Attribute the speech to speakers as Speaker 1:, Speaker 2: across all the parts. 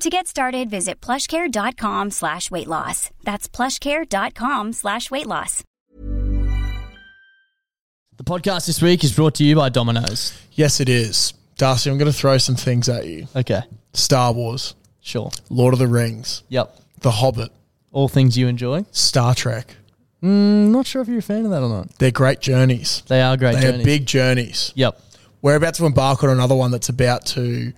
Speaker 1: To get started, visit plushcare.com slash weight loss. That's plushcare.com slash weight loss.
Speaker 2: The podcast this week is brought to you by Domino's.
Speaker 3: Yes, it is. Darcy, I'm going to throw some things at you
Speaker 2: Okay,
Speaker 3: Star Wars,
Speaker 2: sure.
Speaker 3: Lord of the Rings,
Speaker 2: Yep.
Speaker 3: The Hobbit,
Speaker 2: All things you enjoy.
Speaker 3: Star Trek.
Speaker 2: Mm, not sure if you're a fan of that or not.
Speaker 3: They're great journeys.
Speaker 2: They are great
Speaker 3: They
Speaker 2: journeys.
Speaker 3: are big journeys.
Speaker 2: Yep.
Speaker 3: We're about to embark on another one that's about to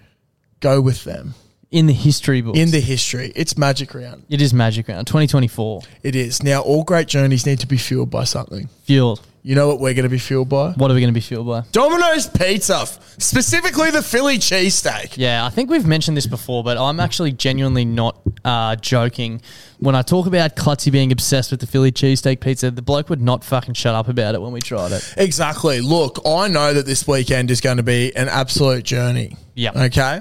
Speaker 3: go with them.
Speaker 2: In the history books.
Speaker 3: in the history. It's magic round.
Speaker 2: it is Magic Round 2024.
Speaker 3: It is. Now, all great journeys need to be fueled by something.
Speaker 2: Fueled.
Speaker 3: You know what we're going to be fueled by?
Speaker 2: What are we going to be fueled by?
Speaker 3: Domino's Pizza, f- specifically the Philly cheesesteak.
Speaker 2: Yeah, I think we've mentioned this before, but I'm actually genuinely not uh, joking. When I talk about Klutzy being obsessed with the Philly cheesesteak pizza, the bloke would not fucking shut up about it when we tried it.
Speaker 3: Exactly. Look, I know that this weekend is going to be an absolute journey.
Speaker 2: Yep.
Speaker 3: Okay.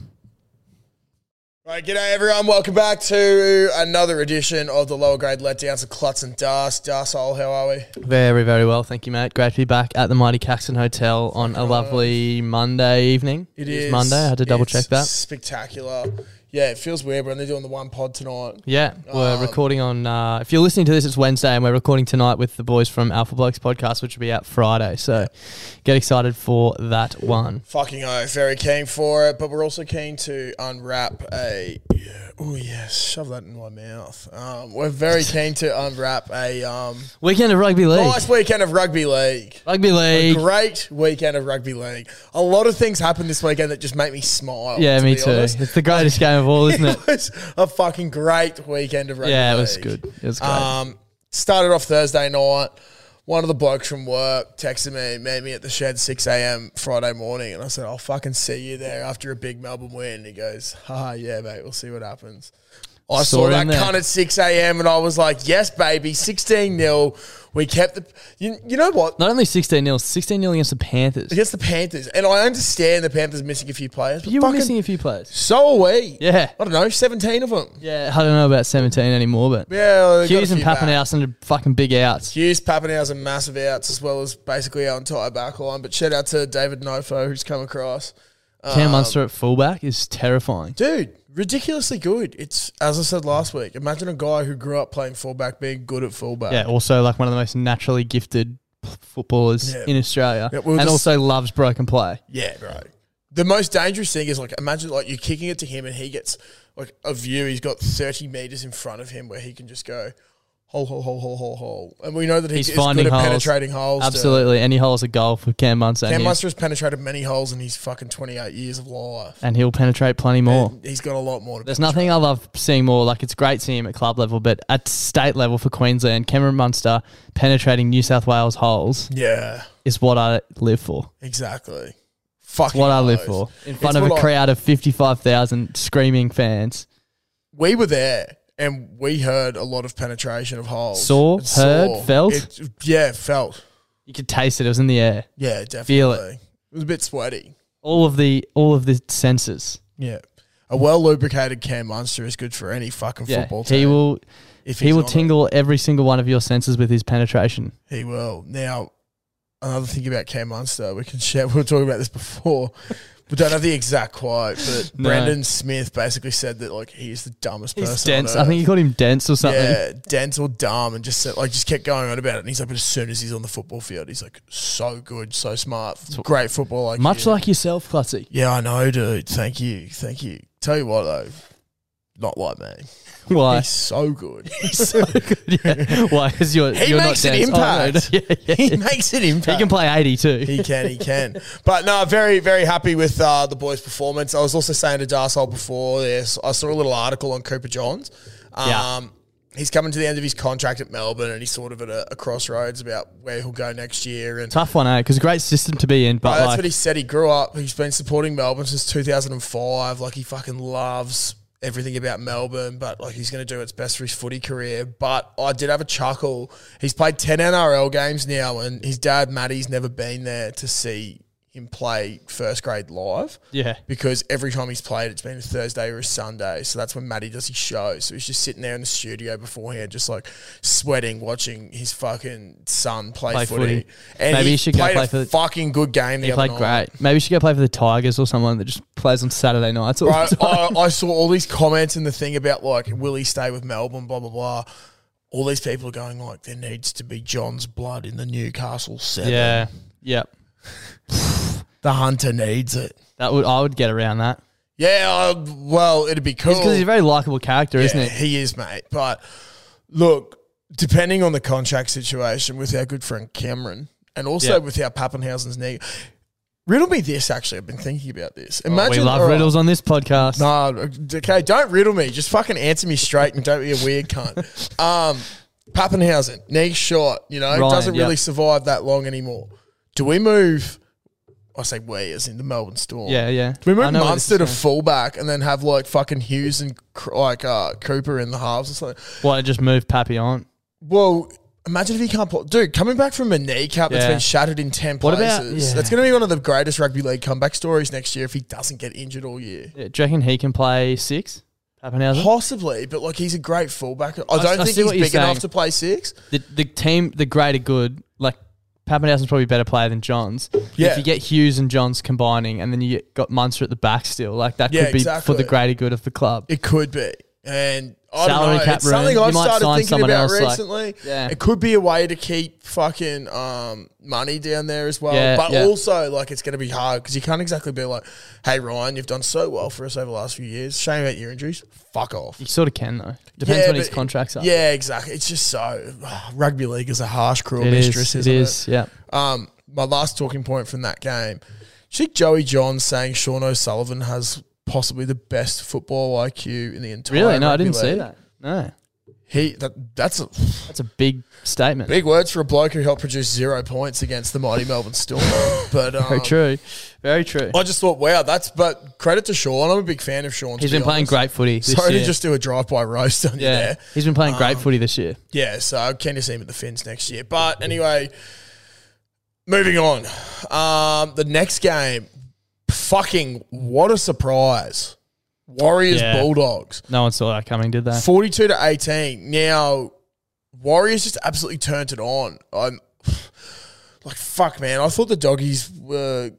Speaker 3: Right, g'day everyone. Welcome back to another edition of the lower grade letdowns of Klutz and Dust. Darsole, how are we?
Speaker 2: Very, very well. Thank you, mate. Great to be back at the Mighty Caxton Hotel on a lovely Monday evening. is Monday. I had to double
Speaker 3: It's
Speaker 2: check that.
Speaker 3: Spectacular. Yeah, it feels weird when they're doing the one pod tonight.
Speaker 2: Yeah, we're recording on. Uh, if you're listening to this, it's Wednesday, and we're recording tonight with the boys from Alpha Blokes podcast, which will be out Friday. So get excited for that one.
Speaker 3: Fucking oh, very keen for it, but we're also keen to unwrap a. Oh yes, shove that in my mouth. Um, we're very keen to unwrap a um,
Speaker 2: Weekend of rugby league.
Speaker 3: nice weekend of rugby league.
Speaker 2: Rugby league.
Speaker 3: Great weekend of rugby league. A lot of things happened this weekend that just make me smile.
Speaker 2: Yeah,
Speaker 3: to
Speaker 2: me
Speaker 3: be
Speaker 2: too.
Speaker 3: honest.
Speaker 2: It's the greatest game of all, isn't it?
Speaker 3: It was a fucking great weekend of rugby.
Speaker 2: Yeah, it was
Speaker 3: league.
Speaker 2: good. It was great.
Speaker 3: Um, started off Thursday night. One of the blokes from work texted me, met me at the shed 6 a.m. Friday morning, and I said, I'll fucking see you there after a big Melbourne win. He goes, haha, yeah, mate, we'll see what happens. I
Speaker 2: Saw
Speaker 3: saw, that
Speaker 2: him there.
Speaker 3: cunt at 6 a.m. and I was like, yes, baby, 16 0. We kept the. You, you know what?
Speaker 2: Not only 16 0, 16 0 against the Panthers.
Speaker 3: Against the Panthers. And I understand the Panthers missing a few players. But
Speaker 2: You were
Speaker 3: fucking,
Speaker 2: missing a few players.
Speaker 3: So are we.
Speaker 2: Yeah.
Speaker 3: I don't know, 17 of them.
Speaker 2: Yeah, I don't know about 17 anymore, but
Speaker 3: Yeah. they got a
Speaker 2: Hughes and
Speaker 3: few back.
Speaker 2: Pappenhausen are fucking big outs.
Speaker 3: Hughes, Pappenhausen, and massive outs, as well as basically our entire back line. But shout out to David Nofo, who's come across. Um,
Speaker 2: Cam Munster at fullback is terrifying.
Speaker 3: Dude, ridiculously good. It's, as I said last week, imagine a guy who grew up playing fullback being good at fullback.
Speaker 2: Yeah, also like one of the most naturally gifted p- footballers
Speaker 3: Yeah.
Speaker 2: in Australia
Speaker 3: Yeah, we were
Speaker 2: and
Speaker 3: just-
Speaker 2: also loves broken play.
Speaker 3: Yeah, bro. The most dangerous thing is like imagine like you're kicking it to him and he gets like a view. He's got thirty meters in front of him where he can just go, hole, hole, hole, hole, hole, hole. And we know that he
Speaker 2: He's
Speaker 3: is
Speaker 2: finding
Speaker 3: good at
Speaker 2: holes.
Speaker 3: penetrating holes. to-
Speaker 2: Absolutely. Any hole's a goal for Cam Munster.
Speaker 3: Cam
Speaker 2: and,
Speaker 3: Munster has penetrated many holes in his fucking 28 years of life.
Speaker 2: he, and he'll penetrate plenty more.
Speaker 3: And he's got a lot more to
Speaker 2: There's nothing I love seeing more. Like it's great seeing him at club level, but at state level for Queensland, Cameron Munster penetrating New South Wales holes
Speaker 3: Yeah,
Speaker 2: is what I live for.
Speaker 3: exactly. Fucking
Speaker 2: What I live
Speaker 3: oath.
Speaker 2: for. In
Speaker 3: It's
Speaker 2: front of
Speaker 3: what
Speaker 2: a
Speaker 3: I-
Speaker 2: crowd of 55,000 screaming fans.
Speaker 3: we were there and we heard a lot of penetration of holes.
Speaker 2: Saw,
Speaker 3: It's
Speaker 2: heard, felt?
Speaker 3: It, yeah, felt.
Speaker 2: You could taste it. It was in the air.
Speaker 3: Yeah, definitely.
Speaker 2: Feel it.
Speaker 3: It was a bit sweaty.
Speaker 2: All of the all of the senses.
Speaker 3: Yeah. A well lubricated Cam Munster is good for any fucking
Speaker 2: Yeah,
Speaker 3: football team.
Speaker 2: he will
Speaker 3: If
Speaker 2: he
Speaker 3: he's
Speaker 2: will
Speaker 3: on it.
Speaker 2: tingle every single one of your senses with his penetration.
Speaker 3: He will. Now, another thing about Cam Munster, we can share. We were talking about this before. We don't have the exact quote, but
Speaker 2: No.
Speaker 3: Brendan Smith basically said that like he's the dumbest
Speaker 2: He's
Speaker 3: person.
Speaker 2: dense.
Speaker 3: on
Speaker 2: I think
Speaker 3: earth.
Speaker 2: he called him dense or something.
Speaker 3: yeah, dense or dumb, and just said, like just kept going on about it. And he's like, but as soon as he's on the football field, he's like so good, so smart, great football. Like
Speaker 2: Much
Speaker 3: you.
Speaker 2: like yourself, Clutzy.
Speaker 3: yeah, I know, dude. Thank you, thank you. Tell you what though, not like me.
Speaker 2: Why?
Speaker 3: He's so good.
Speaker 2: so good. Yeah. Why? Because you're,
Speaker 3: He
Speaker 2: you're
Speaker 3: makes
Speaker 2: not
Speaker 3: an
Speaker 2: dense. Oh, no,
Speaker 3: impact.
Speaker 2: no. Yeah, yeah,
Speaker 3: he
Speaker 2: yeah.
Speaker 3: makes an impact.
Speaker 2: He can play 80 too.
Speaker 3: He can, he can. But no, very, very happy with uh, the boys' performance. I was also saying to Darsole before this, I saw a little article on Cooper Johns. Um,
Speaker 2: Yeah.
Speaker 3: He's coming to the end of his contract at Melbourne and he's sort of at a, a crossroads about where he'll go next year. And
Speaker 2: Tough one, eh? Because great system to be in, but
Speaker 3: Oh, that's
Speaker 2: like,
Speaker 3: what he said. He grew up. He's been supporting Melbourne since 2005. Like he fucking loves everything about Melbourne, but like he's going to do what's best for his footy career. But I did have a chuckle. He's played 10 NRL games now, and his dad Matty's never been there to see him play first grade live
Speaker 2: yeah,
Speaker 3: because every time he's played, it's been a Thursday or a Sunday. So that's when Matty does his show. So he's just sitting there in the studio beforehand, just like sweating, watching his fucking son play,
Speaker 2: Play
Speaker 3: footy.
Speaker 2: footy.
Speaker 3: And
Speaker 2: Maybe
Speaker 3: he,
Speaker 2: he should go
Speaker 3: played
Speaker 2: play
Speaker 3: a
Speaker 2: for the-
Speaker 3: fucking good game. The
Speaker 2: he
Speaker 3: other
Speaker 2: played
Speaker 3: night.
Speaker 2: great. Maybe you should go play for the Tigers or someone that just plays on Saturday nights. All
Speaker 3: Bro,
Speaker 2: the time.
Speaker 3: I, I saw all these comments and the thing about like, will he stay with Melbourne? Blah blah blah. All these people are going like, there needs to be John's blood in the Newcastle seven.
Speaker 2: yeah, yeah.
Speaker 3: the Hunter needs it.
Speaker 2: That would I would get around that
Speaker 3: Yeah, I, well, it'd be cool
Speaker 2: because he's a very likable character, isn't
Speaker 3: Yeah,
Speaker 2: he?
Speaker 3: He is, mate. But look, depending on the contract situation with our good friend Cameron and also
Speaker 2: Yeah.
Speaker 3: with our Pappenhausen's knee, riddle me this, actually. I've been thinking about this.
Speaker 2: Oh, We
Speaker 3: Imagine.
Speaker 2: love
Speaker 3: all right,
Speaker 2: riddles on this podcast.
Speaker 3: No, okay, don't riddle me. Just fucking answer me straight and don't be a weird cunt. Um, Pappenhausen, knee shot, you know,
Speaker 2: Ryan,
Speaker 3: doesn't
Speaker 2: yeah.
Speaker 3: really survive that long anymore. Do we move, I say we, as in the Melbourne Storm.
Speaker 2: Yeah, yeah.
Speaker 3: Do we
Speaker 2: I
Speaker 3: move
Speaker 2: know where this
Speaker 3: Munster to
Speaker 2: is
Speaker 3: fullback and then have like fucking Hughes and Cr- like uh, Cooper in the halves or something?
Speaker 2: going. Why don't you just move Pappy on?
Speaker 3: Well, imagine if he can't play. Dude, coming back from a kneecap that's
Speaker 2: Yeah.
Speaker 3: been shattered in 10
Speaker 2: What
Speaker 3: places,
Speaker 2: about- yeah.
Speaker 3: that's going to be one of the greatest rugby league comeback stories next year if he doesn't get injured all year.
Speaker 2: Yeah, do you reckon he can play six? Pappenhausen.
Speaker 3: Possibly, but like he's a great fullback. I
Speaker 2: I
Speaker 3: don't think
Speaker 2: see
Speaker 3: he's
Speaker 2: what you're
Speaker 3: big enough
Speaker 2: saying.
Speaker 3: to play six.
Speaker 2: the the team, the greater good, like Pappenhausen's probably a better player than Johns.
Speaker 3: Yeah.
Speaker 2: If you get Hughes and Johns combining, and then you get, got Munster at the back still, like that
Speaker 3: Yeah,
Speaker 2: could be
Speaker 3: exactly.
Speaker 2: for the greater good of the club.
Speaker 3: It could be. And I
Speaker 2: Salary
Speaker 3: don't know.
Speaker 2: cap
Speaker 3: it's something
Speaker 2: room. You
Speaker 3: I've
Speaker 2: might
Speaker 3: started
Speaker 2: sign
Speaker 3: thinking
Speaker 2: someone
Speaker 3: about
Speaker 2: else, like-
Speaker 3: recently.
Speaker 2: Yeah.
Speaker 3: It could be a way to keep fucking um, money down there as well.
Speaker 2: Yeah,
Speaker 3: but
Speaker 2: yeah.
Speaker 3: also, like, it's going to be hard because you can't exactly be like, hey, Ryan, you've done so well for us over the last few years. Shame about your injuries. Fuck off.
Speaker 2: He sort of can though. Depends
Speaker 3: Yeah,
Speaker 2: when his
Speaker 3: but-
Speaker 2: contracts are.
Speaker 3: Yeah, exactly. It's just so rugby league is a harsh, cruel
Speaker 2: it
Speaker 3: mistress.
Speaker 2: is. It
Speaker 3: isn't
Speaker 2: is. Yeah.
Speaker 3: Um, my last talking point from that game: do you think Joey John saying Sean O'Sullivan has possibly the best football IQ in the entire.
Speaker 2: Really? No, I
Speaker 3: rugby
Speaker 2: didn't see
Speaker 3: league?
Speaker 2: that. No,
Speaker 3: He that that's a,
Speaker 2: that's a big statement.
Speaker 3: big words for a bloke who helped produce zero points against the mighty Melbourne Storm. but um,
Speaker 2: Very true. Very true.
Speaker 3: I just thought, wow, that's but credit to Sean. I'm a big fan of Sean. to
Speaker 2: He's
Speaker 3: be
Speaker 2: been playing
Speaker 3: honest.
Speaker 2: great footy this
Speaker 3: Sorry
Speaker 2: year.
Speaker 3: to just do a drive-by roast on you
Speaker 2: yeah.
Speaker 3: there. Um,
Speaker 2: He's been playing great footy this year.
Speaker 3: Yeah, so can you see him at the Fins next year? But anyway, moving on. Um, the next game, fucking what a surprise! Warriors
Speaker 2: Yeah.
Speaker 3: Bulldogs,
Speaker 2: No one saw that coming, did they?
Speaker 3: forty-two to eighteen. Now, Warriors just absolutely turned it on. I'm like, fuck, man. I thought the doggies were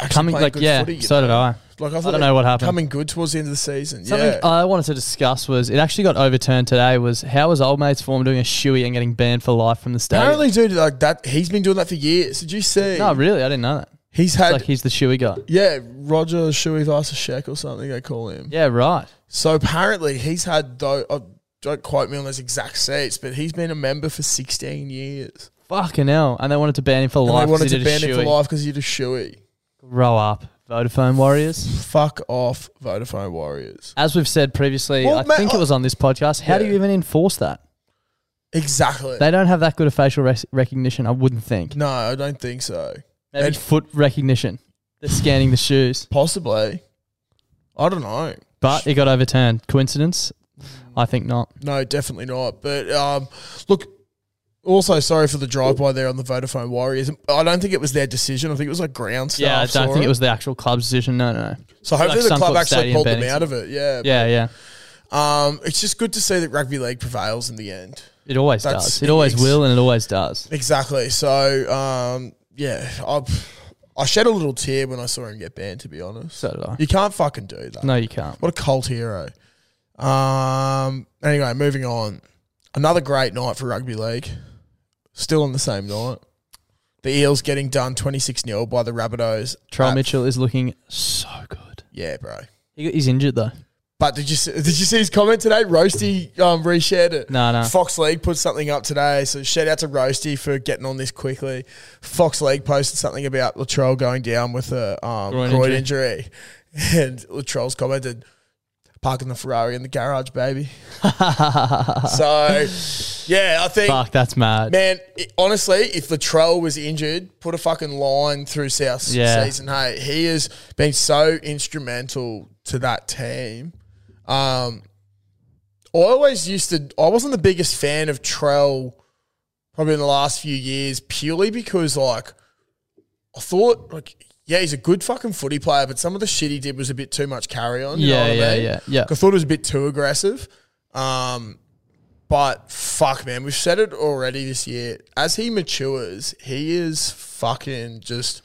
Speaker 3: actually
Speaker 2: Coming
Speaker 3: playing
Speaker 2: like
Speaker 3: good
Speaker 2: yeah.
Speaker 3: footy, you
Speaker 2: so did I.
Speaker 3: Like, I, thought
Speaker 2: don't
Speaker 3: they
Speaker 2: know what happened.
Speaker 3: Coming good towards the end of the season.
Speaker 2: Something
Speaker 3: yeah.
Speaker 2: I wanted to discuss was it actually got overturned today. Was how was old mate's form doing a shoey and getting banned for life from the stadium?
Speaker 3: Apparently, dude, like that, he's been doing that for years. Did you see?
Speaker 2: no, really, I didn't know that. It's
Speaker 3: he's had
Speaker 2: like he's the shoey guy.
Speaker 3: Yeah, Roger Shuivasa Sheck or something they call him.
Speaker 2: Yeah, right.
Speaker 3: So apparently he's had though. Uh, don't quote me on those exact seats, but he's been a member for 16 years.
Speaker 2: Fucking hell. And they wanted to ban him for
Speaker 3: And
Speaker 2: life.
Speaker 3: they
Speaker 2: 'cause
Speaker 3: wanted
Speaker 2: he
Speaker 3: to
Speaker 2: did a
Speaker 3: ban him for
Speaker 2: shoey.
Speaker 3: life because you're a shoey.
Speaker 2: Grow up, Vodafone Warriors.
Speaker 3: Fuck off, Vodafone Warriors.
Speaker 2: As we've said previously,
Speaker 3: Well,
Speaker 2: I
Speaker 3: mate,
Speaker 2: think it
Speaker 3: I-
Speaker 2: was on this podcast. How do
Speaker 3: Yeah.
Speaker 2: you even enforce that?
Speaker 3: Exactly.
Speaker 2: They don't have that good of facial rec- recognition, I wouldn't think.
Speaker 3: no, I don't think so.
Speaker 2: Maybe
Speaker 3: And-
Speaker 2: foot recognition. They're scanning the shoes.
Speaker 3: Possibly. I don't know.
Speaker 2: But it got overturned. Coincidence? I think not.
Speaker 3: No, definitely not. But um, look, also sorry for the drive by there on the Vodafone Warriors. I don't think it was their decision. I think it was like ground staff.
Speaker 2: yeah, I don't
Speaker 3: saw
Speaker 2: think it was the actual club's decision. No, no, no.
Speaker 3: So hopefully
Speaker 2: like
Speaker 3: the club
Speaker 2: Suncorp
Speaker 3: actually
Speaker 2: Stadium
Speaker 3: pulled them
Speaker 2: banning
Speaker 3: out of it. Yeah.
Speaker 2: Yeah, yeah.
Speaker 3: Um, it's just good to see that rugby league prevails in the end.
Speaker 2: It always
Speaker 3: That's-
Speaker 2: does. It always
Speaker 3: it's-
Speaker 2: will and it always does.
Speaker 3: Exactly. So um, yeah, I I shed a little tear when I saw him get banned. To be honest,
Speaker 2: So did I.
Speaker 3: you can't fucking do that.
Speaker 2: No, you can't.
Speaker 3: What a cult hero. Um. Anyway, moving on. Another great night for rugby league. Still on the same night. The Eels getting done 26 0 by the Rabbitohs.
Speaker 2: Trell
Speaker 3: at-
Speaker 2: Mitchell is looking so good.
Speaker 3: Yeah, bro.
Speaker 2: He got, he's injured though.
Speaker 3: But did you see, did you see his comment today? Roasty um, reshared it.
Speaker 2: No, no.
Speaker 3: Fox League put something up today, so shout out to Roasty for getting on this quickly. Fox League posted something about Latrell going down with a um, groin,
Speaker 2: Groin
Speaker 3: injury. and Latrell's commented, "Parking the Ferrari in the garage, baby." so, yeah, I think.
Speaker 2: Fuck, that's mad.
Speaker 3: Man, it, honestly, if Latrell was injured, put a fucking line through South
Speaker 2: Yeah.
Speaker 3: season. Hey, he has been so instrumental to that team. Um, I always used to. I wasn't the biggest fan of Trell, probably in the last few years, purely because like I thought like. Yeah, he's a good fucking footy player, but some of the shit he did was a bit too much carry on. You know
Speaker 2: Yeah,
Speaker 3: what I
Speaker 2: yeah,
Speaker 3: mean?
Speaker 2: yeah, yeah.
Speaker 3: I thought it was a bit too aggressive. Um, but fuck, man, we've said it already this year. As he matures, he is fucking just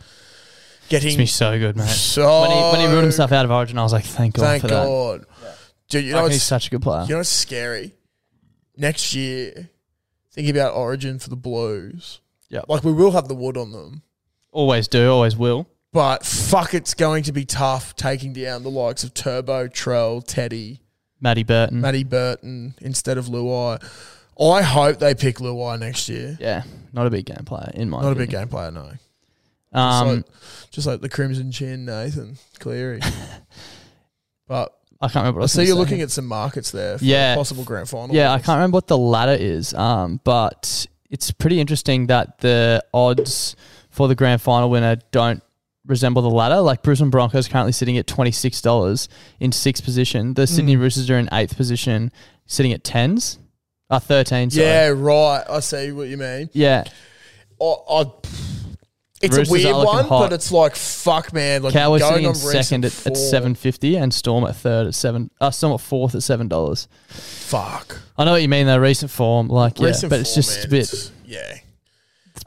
Speaker 2: Makes me
Speaker 3: getting.
Speaker 2: so good, mate.
Speaker 3: So-
Speaker 2: when he when he ruled himself out of Origin, I was like, thank God
Speaker 3: Thank
Speaker 2: for that.
Speaker 3: God, dude. You know
Speaker 2: Fucking he's
Speaker 3: it's
Speaker 2: such a good player.
Speaker 3: you know it's scary. Next year, thinking about Origin for the Blues.
Speaker 2: Yep.
Speaker 3: like we will have the wood on them,
Speaker 2: Always do, always will.
Speaker 3: but fuck, it's going to be tough taking down the likes of Turbo, Trell, Teddy.
Speaker 2: Matty Burton.
Speaker 3: Matty Burton instead of Luai. I hope they pick Luai next year.
Speaker 2: Yeah, not a big game player in my.
Speaker 3: Not a
Speaker 2: opinion.
Speaker 3: big game player, no. Just,
Speaker 2: Um,
Speaker 3: like, just like the Crimson Chin, Nathan Cleary. but
Speaker 2: I can't remember. What I was
Speaker 3: so
Speaker 2: gonna
Speaker 3: you're
Speaker 2: say.
Speaker 3: looking at some markets there for
Speaker 2: Yeah.
Speaker 3: a possible grand final.
Speaker 2: Yeah, I can't remember what the ladder is, um, but it's pretty interesting that the odds for the grand final winner don't resemble the ladder. Like Brisbane Broncos currently sitting at twenty six dollars in sixth position.
Speaker 3: Hmm.
Speaker 2: The Sydney Roosters are in eighth position, sitting at tens, uh, thirteen. Sorry.
Speaker 3: Yeah, right. I see what you mean.
Speaker 2: yeah.
Speaker 3: I, I, it's
Speaker 2: Roosters
Speaker 3: a weird
Speaker 2: are looking
Speaker 3: one,
Speaker 2: hot.
Speaker 3: but it's like fuck, man. Like
Speaker 2: Cowboys
Speaker 3: going
Speaker 2: sitting in
Speaker 3: on recent
Speaker 2: second at, at
Speaker 3: form.
Speaker 2: seven fifty, and Storm at third at seven. Uh, Storm at fourth at seven dollars.
Speaker 3: Fuck.
Speaker 2: I know what you mean though. Recent form, like yeah,
Speaker 3: Recent
Speaker 2: but it's
Speaker 3: form,
Speaker 2: just
Speaker 3: man,
Speaker 2: a bit.
Speaker 3: it's- Yeah.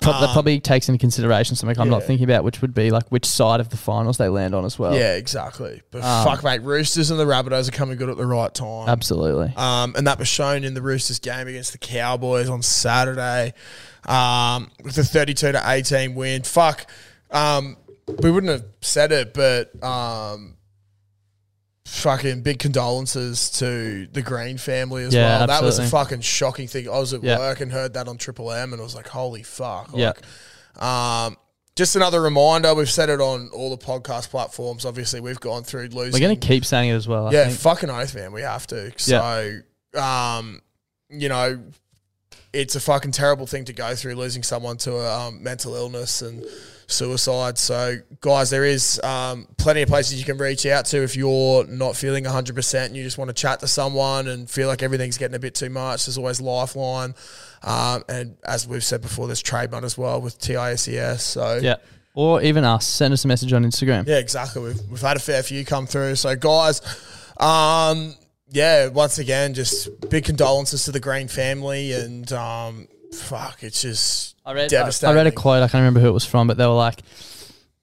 Speaker 2: Pro- that probably takes into consideration something I'm not
Speaker 3: Um, Yeah.
Speaker 2: thinking about, which would be like which side of the finals they land on as well.
Speaker 3: Yeah, exactly. But
Speaker 2: Um,
Speaker 3: fuck, mate. Roosters and the Rabbitohs are coming good at the right time.
Speaker 2: absolutely.
Speaker 3: Um, and that was shown in the Roosters game against the Cowboys on Saturday um, with a 32 to 18 win. Fuck. Um, we wouldn't have said it, but um, fucking big condolences to the Green family as
Speaker 2: Yeah,
Speaker 3: well. That was a
Speaker 2: absolutely.
Speaker 3: fucking shocking thing. I was at
Speaker 2: Yeah.
Speaker 3: work and heard that on Triple M and I was like, holy fuck.
Speaker 2: yeah,
Speaker 3: Like, um, just another reminder. We've said it on all the podcast platforms. Obviously, we've gone through losing.
Speaker 2: we're gonna keep saying it as well. I
Speaker 3: Yeah,
Speaker 2: think.
Speaker 3: fucking oath, man. We have to. So, um, you know, it's a fucking terrible thing to go through losing someone to a um, mental illness and suicide. So, guys, there is um, plenty of places you can reach out to if you're not feeling 100% and you just want to chat to someone and feel like everything's getting a bit too much. There's always Lifeline. Um, and as we've said before, there's Trademont as well with TISES. E So,
Speaker 2: yeah. Or even us, send us a message on Instagram.
Speaker 3: yeah, exactly. We've, we've had a fair few come through. So, guys, um, yeah, once again, just big condolences to the Green family. And um, fuck, it's just
Speaker 2: I read, I,
Speaker 3: devastating.
Speaker 2: I read a quote. I can't remember who it was from, but they were like,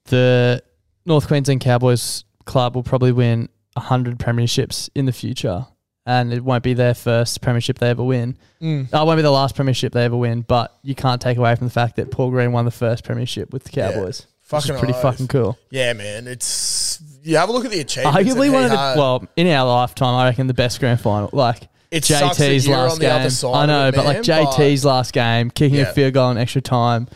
Speaker 2: the North Queensland Cowboys club will probably win hundred premierships in the future, and it won't be their first premiership they ever win.
Speaker 3: Mm.
Speaker 2: Uh, it won't be the last premiership they ever win. But you can't take away from the fact that Paul Green won the first premiership with the Cowboys. Which
Speaker 3: Fucking
Speaker 2: is pretty
Speaker 3: oath.
Speaker 2: fucking cool.
Speaker 3: Yeah, man, it's. You have a look at the achievements. that
Speaker 2: Arguably
Speaker 3: he
Speaker 2: one of the
Speaker 3: had.
Speaker 2: well in our lifetime, I reckon the best grand final. Like
Speaker 3: It sucks that
Speaker 2: JT's
Speaker 3: you're
Speaker 2: last
Speaker 3: on the
Speaker 2: game.
Speaker 3: other side
Speaker 2: I know,
Speaker 3: of it,
Speaker 2: but like
Speaker 3: man,
Speaker 2: JT's last game, kicking
Speaker 3: Yeah.
Speaker 2: a field goal in extra time,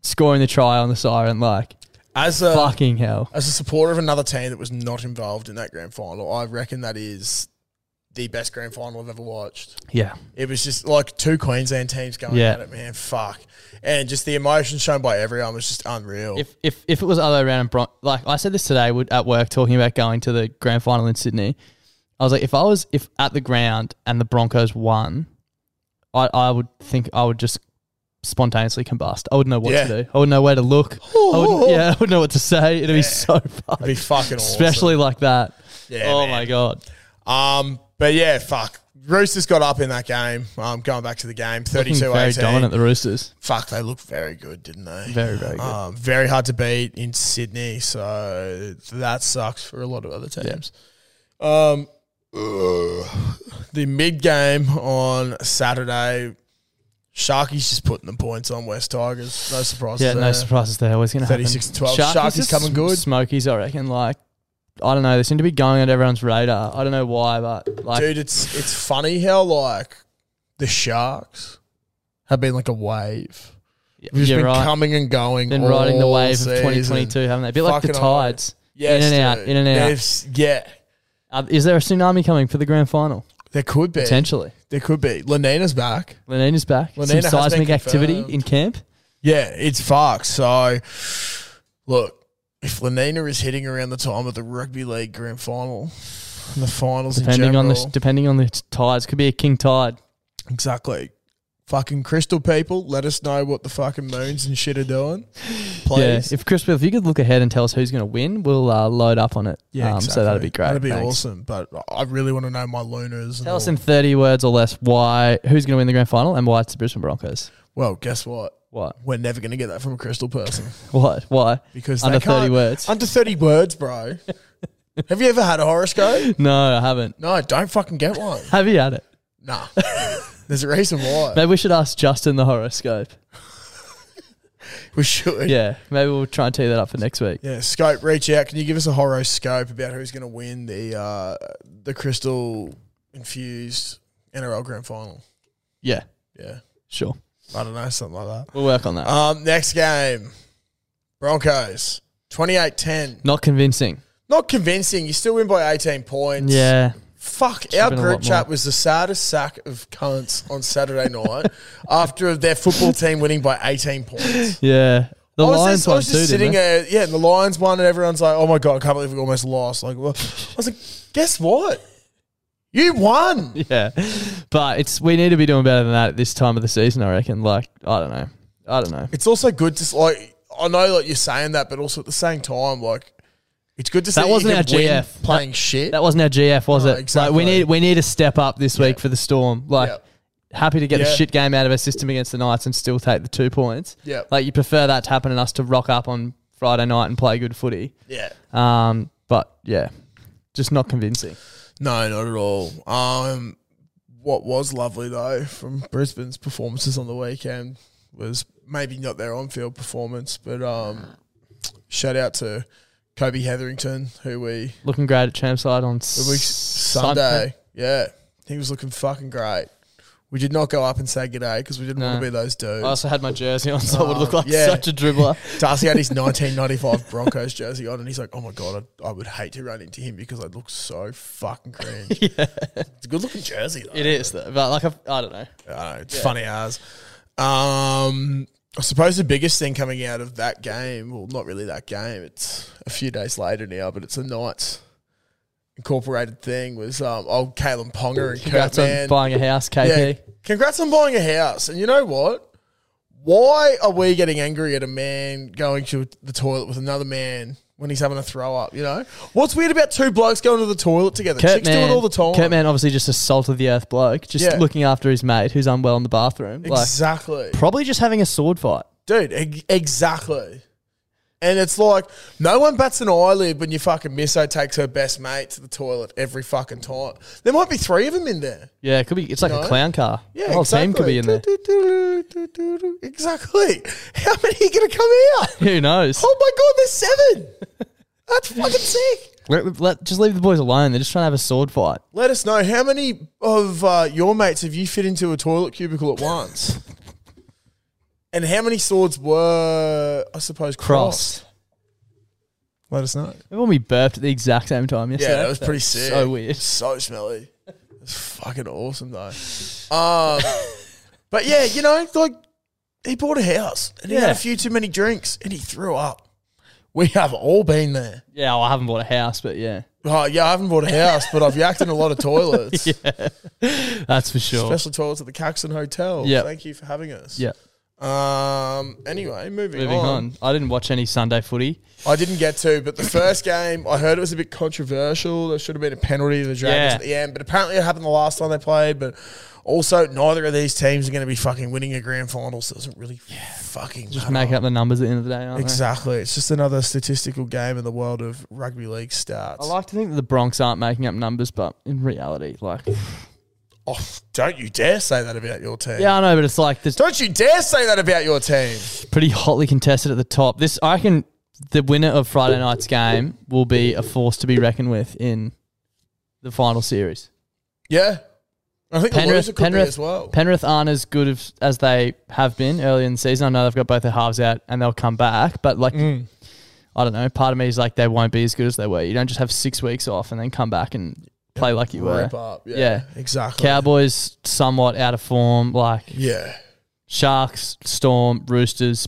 Speaker 2: scoring the try on the siren, like
Speaker 3: As a
Speaker 2: fucking hell.
Speaker 3: as a supporter of another team that was not involved in that grand final, I reckon that is the best grand final I've ever watched.
Speaker 2: Yeah,
Speaker 3: It was just like two Queensland teams going
Speaker 2: Yeah.
Speaker 3: at it, man. Fuck, and just the emotion shown by everyone was just unreal.
Speaker 2: if if if it was other way around, and Bron- like I said this today would- at work, talking about going to the grand final in Sydney, I was like, if I was if at the ground and the Broncos won, I I would think I would just spontaneously combust. I wouldn't know what
Speaker 3: Yeah.
Speaker 2: to do. I wouldn't know where to look. I wouldn't, yeah, I wouldn't know what to say. It'd be so
Speaker 3: It'd
Speaker 2: fun,
Speaker 3: be fucking awesome.
Speaker 2: especially like that.
Speaker 3: Yeah,
Speaker 2: oh
Speaker 3: man.
Speaker 2: my god.
Speaker 3: Um, but yeah, fuck. Roosters got up in that game. Um, going back to the game,
Speaker 2: Looking
Speaker 3: 32
Speaker 2: very dominant, the Roosters.
Speaker 3: Fuck, they looked very good, didn't they?
Speaker 2: Very, very good.
Speaker 3: Um, very hard to beat in Sydney, so that sucks for a lot of other teams. Um, ugh. the mid game on Saturday, Sharkies just putting the points on West Tigers. No surprises.
Speaker 2: Yeah, no
Speaker 3: there.
Speaker 2: surprises there. Always going to happen.
Speaker 3: 36 uh, to 12. Sharkies
Speaker 2: just
Speaker 3: coming good.
Speaker 2: Smokies, I reckon. Like, I don't know. They seem to be going on everyone's radar. I don't know why, but like,
Speaker 3: Dude, it's it's funny how like the Sharks have been like a wave. We've just
Speaker 2: you're
Speaker 3: been
Speaker 2: right.
Speaker 3: coming and going.
Speaker 2: been riding the
Speaker 3: all
Speaker 2: wave
Speaker 3: season.
Speaker 2: of 2022, haven't they? A bit like the
Speaker 3: Fucking all right.
Speaker 2: tides,
Speaker 3: Yes,
Speaker 2: in and out,
Speaker 3: dude.
Speaker 2: in and out.
Speaker 3: There's- yeah,
Speaker 2: Uh, is there a tsunami coming for the grand final
Speaker 3: there could be.
Speaker 2: potentially?
Speaker 3: There could be. Lenina's back.
Speaker 2: Lenina's back.
Speaker 3: Lenina
Speaker 2: Some
Speaker 3: has been
Speaker 2: seismic activity
Speaker 3: confirmed.
Speaker 2: in camp.
Speaker 3: Yeah, it's fucked. So, look, if Lenina is hitting around the time of the rugby league grand final and the finals in
Speaker 2: Depending on
Speaker 3: general,
Speaker 2: the depending on the tides, could be a king tide.
Speaker 3: exactly. Fucking crystal people, let us know what the fucking moons and shit are doing, please.
Speaker 2: Yeah. If Chris, if you could look ahead and tell us who's going to win, we'll uh, load up on it.
Speaker 3: Yeah,
Speaker 2: Um, So that'd be great.
Speaker 3: That'd be
Speaker 2: Thanks.
Speaker 3: awesome. But I really want to know my lunas. and
Speaker 2: Tell us
Speaker 3: all.
Speaker 2: in 30 words or less why who's going to win the grand final and why it's the Brisbane Broncos.
Speaker 3: well, guess what?
Speaker 2: What?
Speaker 3: We're never going to get that from a crystal person
Speaker 2: What? Why?
Speaker 3: because
Speaker 2: Under
Speaker 3: they can't-
Speaker 2: 30 words.
Speaker 3: Under thirty words, bro. Have you ever had a horoscope?
Speaker 2: no, I haven't.
Speaker 3: No, don't fucking get one.
Speaker 2: Have you had it?
Speaker 3: Nah. There's a reason why.
Speaker 2: Maybe we should ask Justin the horoscope.
Speaker 3: We should.
Speaker 2: Yeah, maybe we'll try and tee that up for next week.
Speaker 3: Yeah, scope, reach out. Can you give us a horoscope about who's going to win the uh, the crystal infused NRL grand final?
Speaker 2: Yeah,
Speaker 3: Yeah,
Speaker 2: sure.
Speaker 3: I don't know, something like
Speaker 2: We'll work on that.
Speaker 3: that. Um, next game, Broncos, 28-10.
Speaker 2: Not convincing.
Speaker 3: Not convincing. You still win by eighteen points.
Speaker 2: Yeah.
Speaker 3: Fuck,
Speaker 2: have
Speaker 3: our
Speaker 2: been a
Speaker 3: group
Speaker 2: lot
Speaker 3: chat
Speaker 2: more.
Speaker 3: was the saddest sack of cunts on Saturday night after their football team winning by eighteen points.
Speaker 2: Yeah. The
Speaker 3: I was
Speaker 2: Lions
Speaker 3: just, I
Speaker 2: won
Speaker 3: was
Speaker 2: too,
Speaker 3: just
Speaker 2: didn't
Speaker 3: sitting
Speaker 2: they?
Speaker 3: there, yeah, and the Lions won, and everyone's like, "Oh my god, I can't believe we almost lost!" Like, well, I was like, "Guess what? You won."
Speaker 2: Yeah. But it's we need to be doing better than that at this time of the season, I reckon. Like, I don't know. I don't know.
Speaker 3: It's also good to s- like, I know like you're saying that, but also at the same time, like, it's good to see
Speaker 2: That wasn't
Speaker 3: you
Speaker 2: our
Speaker 3: can win
Speaker 2: GF.
Speaker 3: playing shit.
Speaker 2: That wasn't our GF, was
Speaker 3: No,
Speaker 2: it? Like
Speaker 3: exactly.
Speaker 2: we need we need to step up this week for the Storm. Like
Speaker 3: Yeah.
Speaker 2: happy to get the
Speaker 3: Yeah.
Speaker 2: shit game out of our system against the Knights and still take the two points.
Speaker 3: Yeah.
Speaker 2: Like you prefer that to happen and us to rock up on Friday night and play good footy.
Speaker 3: yeah,
Speaker 2: Um, but yeah, just not convincing.
Speaker 3: no, not at all. Um, what was lovely though from Brisbane's performances on the weekend was maybe not their on-field performance, but um, shout out to Kobe Hetherington, who we
Speaker 2: Looking great at Champside on
Speaker 3: the week Sunday. Yeah, he was looking fucking great. We did not go up and say g'day because we didn't
Speaker 2: No.
Speaker 3: want to be those
Speaker 2: I
Speaker 3: dudes.
Speaker 2: also had my jersey on, so I would look like
Speaker 3: Oh, yeah.
Speaker 2: such a dribbler.
Speaker 3: Darcy had his 1995 Broncos jersey on, and he's like, "Oh my god, I'd, I would hate to run into him because I look so fucking cringe." It's a good looking jersey. Though.
Speaker 2: It is, though, but like I've, I don't know.
Speaker 3: I know, it's funny as. Um, I suppose the biggest thing coming out of that game, well, not really that game. It's a few days later now, but it's a Knights incorporated thing. Was um, old Caelan Ponga and Kurt
Speaker 2: Congrats on
Speaker 3: Mann.
Speaker 2: buying a house, KP.
Speaker 3: Yeah. Congrats on buying a house. And you know what? Why are we getting angry at a man going to the toilet with another man when he's having a throw up? You know what's weird about two blokes going to the toilet together?
Speaker 2: Kurt
Speaker 3: Chicks do it all the time.
Speaker 2: Kurt Mann obviously just a salt of the earth bloke, just
Speaker 3: Yeah.
Speaker 2: looking after his mate who's unwell in the bathroom. Like
Speaker 3: exactly,
Speaker 2: probably just having a sword fight.
Speaker 3: dude. Eg- exactly. And it's like no one bats an eyelid when your fucking misso takes her best mate to the toilet every fucking time. There might be three of them in there.
Speaker 2: Yeah, it could be. It's like a
Speaker 3: No.
Speaker 2: clown car. the whole team could be in there.
Speaker 3: there. Exactly. How many are going to come out?
Speaker 2: Who knows?
Speaker 3: Oh my god, there's seven. That's fucking sick.
Speaker 2: Let, let- just leave the boys alone. They're just trying to have a sword fight.
Speaker 3: Let us know how many of uh, your mates have you fit into a toilet cubicle at once, and how many swords were I suppose crossed.
Speaker 2: Crossed.
Speaker 3: Let us know.
Speaker 2: Remember when we burped at the exact same time
Speaker 3: Yeah,
Speaker 2: yesterday?
Speaker 3: that was pretty sick.
Speaker 2: So weird.
Speaker 3: So smelly. It's fucking awesome though. Um, but yeah, you know, like he bought a house and he had
Speaker 2: Yeah.
Speaker 3: a few too many drinks and he threw up. We have all been there.
Speaker 2: Yeah, well, I haven't bought a house, but yeah,
Speaker 3: Oh yeah, I haven't bought a house, but I've yacked in a lot of toilets.
Speaker 2: that's for sure.
Speaker 3: Special toilets at the Caxton Hotel.
Speaker 2: Yep.
Speaker 3: Thank you for having us.
Speaker 2: yeah,
Speaker 3: Um. Anyway, moving,
Speaker 2: moving
Speaker 3: on.
Speaker 2: on. I didn't watch any Sunday footy.
Speaker 3: I didn't get to, but the first game I heard it was a bit controversial. There should have been a penalty to the Dragons
Speaker 2: Yeah.
Speaker 3: at the end, but apparently it happened the last time they played. But also, neither of these teams are going to be fucking winning a grand final, so it doesn't really fucking
Speaker 2: Just
Speaker 3: matter.
Speaker 2: making up the numbers at the end of the day, aren't they?
Speaker 3: Exactly, it's just another statistical game in the world of rugby league stats.
Speaker 2: I like to think that the Bronx aren't making up numbers, but in reality, like,
Speaker 3: oh, don't you dare say that about your team.
Speaker 2: yeah, I know, but it's like there's
Speaker 3: Don't you dare say that about your team.
Speaker 2: pretty hotly contested at the top. This, I reckon, the winner of Friday night's game will be a force to be reckoned with in the final series.
Speaker 3: Yeah, I think the loser could be as well.
Speaker 2: Penrith aren't as good as, as they have been early in the season. I know they've got both their halves out and they'll come back, but like,
Speaker 3: Mm.
Speaker 2: I don't know. Part of me is like, they won't be as good as they were. You don't just have six weeks off and then come back and play like you were.
Speaker 3: Rip up. Yeah,
Speaker 2: Yeah.
Speaker 3: exactly.
Speaker 2: Cowboys somewhat out of form, like
Speaker 3: yeah.
Speaker 2: Sharks, Storm, Roosters,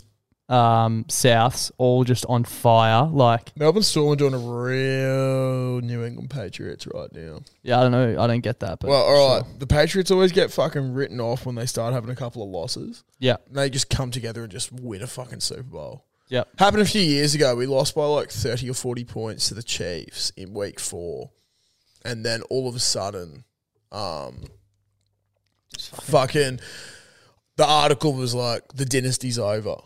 Speaker 2: um, Souths, all just on fire. Like,
Speaker 3: Melbourne Storm are doing a real New England Patriots right now.
Speaker 2: yeah, I don't know. I don't get that, but
Speaker 3: Well, all right. The Patriots always get fucking written off when they start having a couple of losses.
Speaker 2: yeah,
Speaker 3: And they just come together and just win a fucking Super Bowl.
Speaker 2: yeah.
Speaker 3: Happened a few years ago. We lost by like 30 or 40 points to the Chiefs in week four. And then all of a sudden, um, fucking, the article was like, the dynasty's over.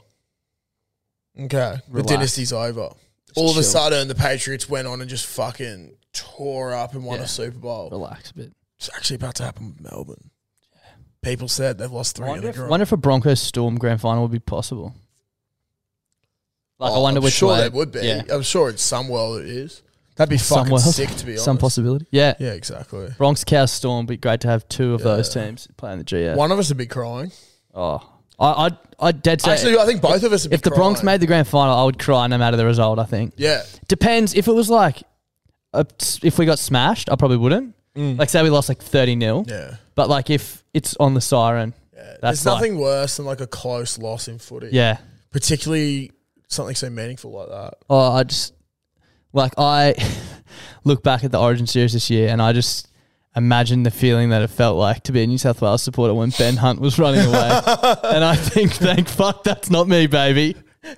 Speaker 3: Okay. The
Speaker 2: Relax.
Speaker 3: dynasty's over. all of
Speaker 2: chill.
Speaker 3: a sudden, the Patriots went on and just fucking tore up and won
Speaker 2: Yeah.
Speaker 3: a Super Bowl.
Speaker 2: Relax a bit.
Speaker 3: It's actually about to happen with Melbourne. People said they've lost three in
Speaker 2: Wonder
Speaker 3: a
Speaker 2: if,
Speaker 3: row.
Speaker 2: wonder if a Broncos Storm grand final would be possible. Like, I wonder
Speaker 3: am
Speaker 2: which
Speaker 3: Oh, sure
Speaker 2: way.
Speaker 3: they would be.
Speaker 2: Yeah.
Speaker 3: I'm sure in some world it is. That'd be
Speaker 2: Some
Speaker 3: fucking
Speaker 2: world.
Speaker 3: sick to be honest.
Speaker 2: Some possibility. Yeah.
Speaker 3: Yeah, exactly.
Speaker 2: Bronx, Cow, Storm. Be great to have two of those teams playing the GF.
Speaker 3: One of us would be crying.
Speaker 2: Oh, I, I, I dead set.
Speaker 3: Actually, I think both of us would be
Speaker 2: if the Bronx
Speaker 3: crying.
Speaker 2: made the grand final, I would cry no matter the result. I think.
Speaker 3: Yeah.
Speaker 2: Depends. If it was like, a, if we got smashed, I probably wouldn't. Like, say we lost like 30 nil.
Speaker 3: Mm. Yeah.
Speaker 2: But like, if it's on the siren,
Speaker 3: yeah.
Speaker 2: That's
Speaker 3: There's
Speaker 2: like-
Speaker 3: nothing worse than like a close loss in footy.
Speaker 2: yeah.
Speaker 3: Particularly something so meaningful like that.
Speaker 2: Oh, I just, like, I look back at the Origin Series this year and I just imagine the feeling that it felt like to be a New South Wales supporter when Ben Hunt was running away. and I think, thank fuck, that's not me, baby.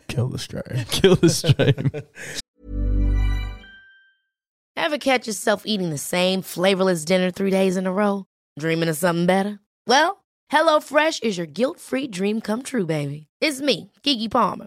Speaker 3: Kill the stream.
Speaker 2: Kill the stream.
Speaker 4: Ever catch yourself eating the same flavorless dinner three days in a row? Dreaming of something better? Well, HelloFresh is your guilt free dream come true, baby. It's me, Gigi Palmer.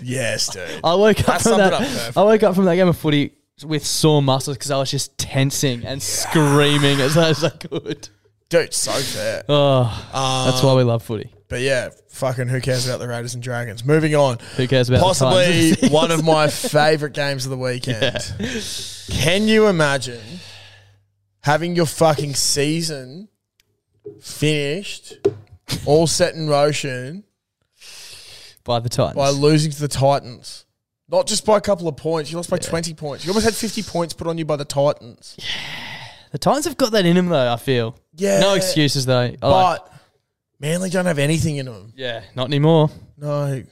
Speaker 3: Yes, dude.
Speaker 2: I woke up
Speaker 3: That
Speaker 2: from
Speaker 3: summed it
Speaker 2: that.
Speaker 3: up
Speaker 2: I
Speaker 3: perfectly.
Speaker 2: woke up from that game of footy with sore muscles because I was just tensing and screaming as I as I could.
Speaker 3: Dude, so fair.
Speaker 2: Oh,
Speaker 3: Uh,
Speaker 2: that's why we love footy.
Speaker 3: But yeah, fucking who cares about the Raiders and Dragons? Moving on.
Speaker 2: Who cares about the
Speaker 3: possibly
Speaker 2: Titans?
Speaker 3: one of my favorite games of the weekend. Can you imagine having your fucking season finished, all set in motion
Speaker 2: By the Titans.
Speaker 3: by losing to the Titans? Not just by a couple of points. You lost by 20 points. You almost had 50 points put on you by the Titans.
Speaker 2: The Titans have got that in them though. I feel.
Speaker 3: Yeah.
Speaker 2: No excuses though. I like-
Speaker 3: But Manly don't have anything in them.
Speaker 2: yeah, not anymore.
Speaker 3: No.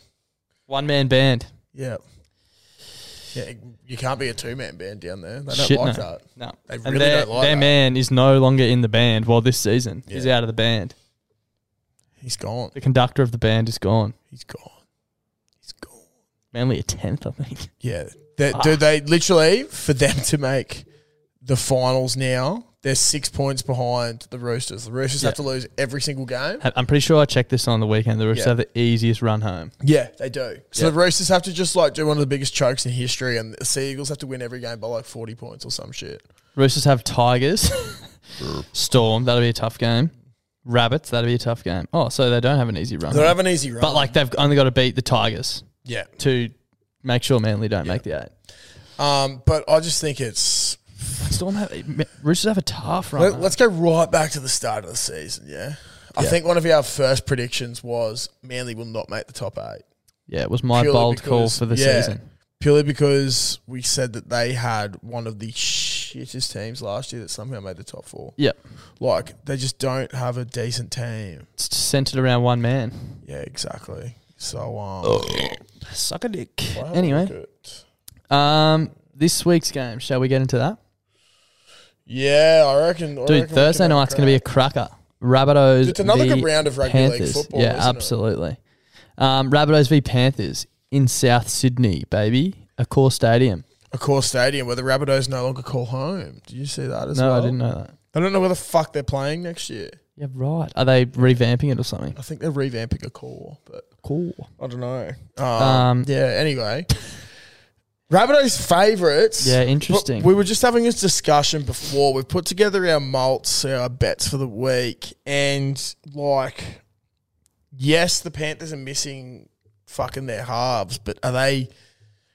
Speaker 2: One man band.
Speaker 3: Yeah. Yeah, you can't be a two man band down there. They don't
Speaker 2: Shit,
Speaker 3: like
Speaker 2: no.
Speaker 3: that.
Speaker 2: No.
Speaker 3: They
Speaker 2: And
Speaker 3: really
Speaker 2: their,
Speaker 3: don't like
Speaker 2: their
Speaker 3: that.
Speaker 2: man is no longer in the band. Well, this season he's
Speaker 3: Yeah.
Speaker 2: out of the band.
Speaker 3: He's gone.
Speaker 2: The conductor of the band is gone.
Speaker 3: He's gone. He's gone.
Speaker 2: Manly a tenth, I think.
Speaker 3: Yeah. They, Dude, they literally, for them to make the finals now, they're six points behind the Roosters. The Roosters have to lose every single game.
Speaker 2: I- I'm pretty sure I checked this on the weekend. The Roosters
Speaker 3: Yeah.
Speaker 2: have the easiest run home.
Speaker 3: Yeah, they do. So
Speaker 2: Yeah.
Speaker 3: the Roosters have to just like do one of the biggest chokes in history, and the Sea Eagles have to win every game by like 40 points or some shit.
Speaker 2: Roosters have Tigers. Storm, that'll be a tough game. Rabbits, that'll be a tough game. Oh, so they don't have an easy run.
Speaker 3: They don't have an easy run.
Speaker 2: but like they've only got to beat the Tigers
Speaker 3: yeah.
Speaker 2: to make sure Manly don't make the eight.
Speaker 3: Um, but I just think it's.
Speaker 2: Storm have Ma- Roosters have a tough run.
Speaker 3: Let,
Speaker 2: home.
Speaker 3: let's go right back to the start of the season, yeah? I think one of our first predictions was Manly will not make the top eight.
Speaker 2: yeah, it was my
Speaker 3: purely
Speaker 2: bold call
Speaker 3: because-
Speaker 2: for the
Speaker 3: yeah,
Speaker 2: season.
Speaker 3: Purely because we said that they had one of the shittest teams last year that somehow made the top four.
Speaker 2: Yeah,
Speaker 3: Like, they just don't have a decent team.
Speaker 2: it's centered around one man.
Speaker 3: Yeah, exactly. So, um.
Speaker 2: Suck a dick.
Speaker 3: Wow,
Speaker 2: anyway,
Speaker 3: good.
Speaker 2: um, this week's game. Shall we get into that,
Speaker 3: Yeah, I reckon. I
Speaker 2: dude?
Speaker 3: reckon we
Speaker 2: Thursday
Speaker 3: can have
Speaker 2: night's going to be a cracker. Rabbitohs.
Speaker 3: It's another
Speaker 2: v
Speaker 3: good round of rugby league
Speaker 2: Panthers.
Speaker 3: football,
Speaker 2: Yeah,
Speaker 3: isn't it?
Speaker 2: absolutely. Um, Rabbitohs v Panthers in South Sydney, baby, a core stadium.
Speaker 3: a core stadium where the Rabbitohs no longer call home. Did you see that as
Speaker 2: No,
Speaker 3: well?
Speaker 2: I didn't know that.
Speaker 3: I don't know where the fuck they're playing next year.
Speaker 2: Yeah, right. Are they revamping it or something?
Speaker 3: I think they're revamping a core, but
Speaker 2: Cool.
Speaker 3: I don't know. Um,
Speaker 2: Um,
Speaker 3: yeah. Anyway, Rabbitohs favourites.
Speaker 2: Yeah,
Speaker 3: But
Speaker 2: interesting.
Speaker 3: We were just having this discussion before. We've put together our malts, our bets for the week, and like, yes, the Panthers are missing fucking their halves, but are they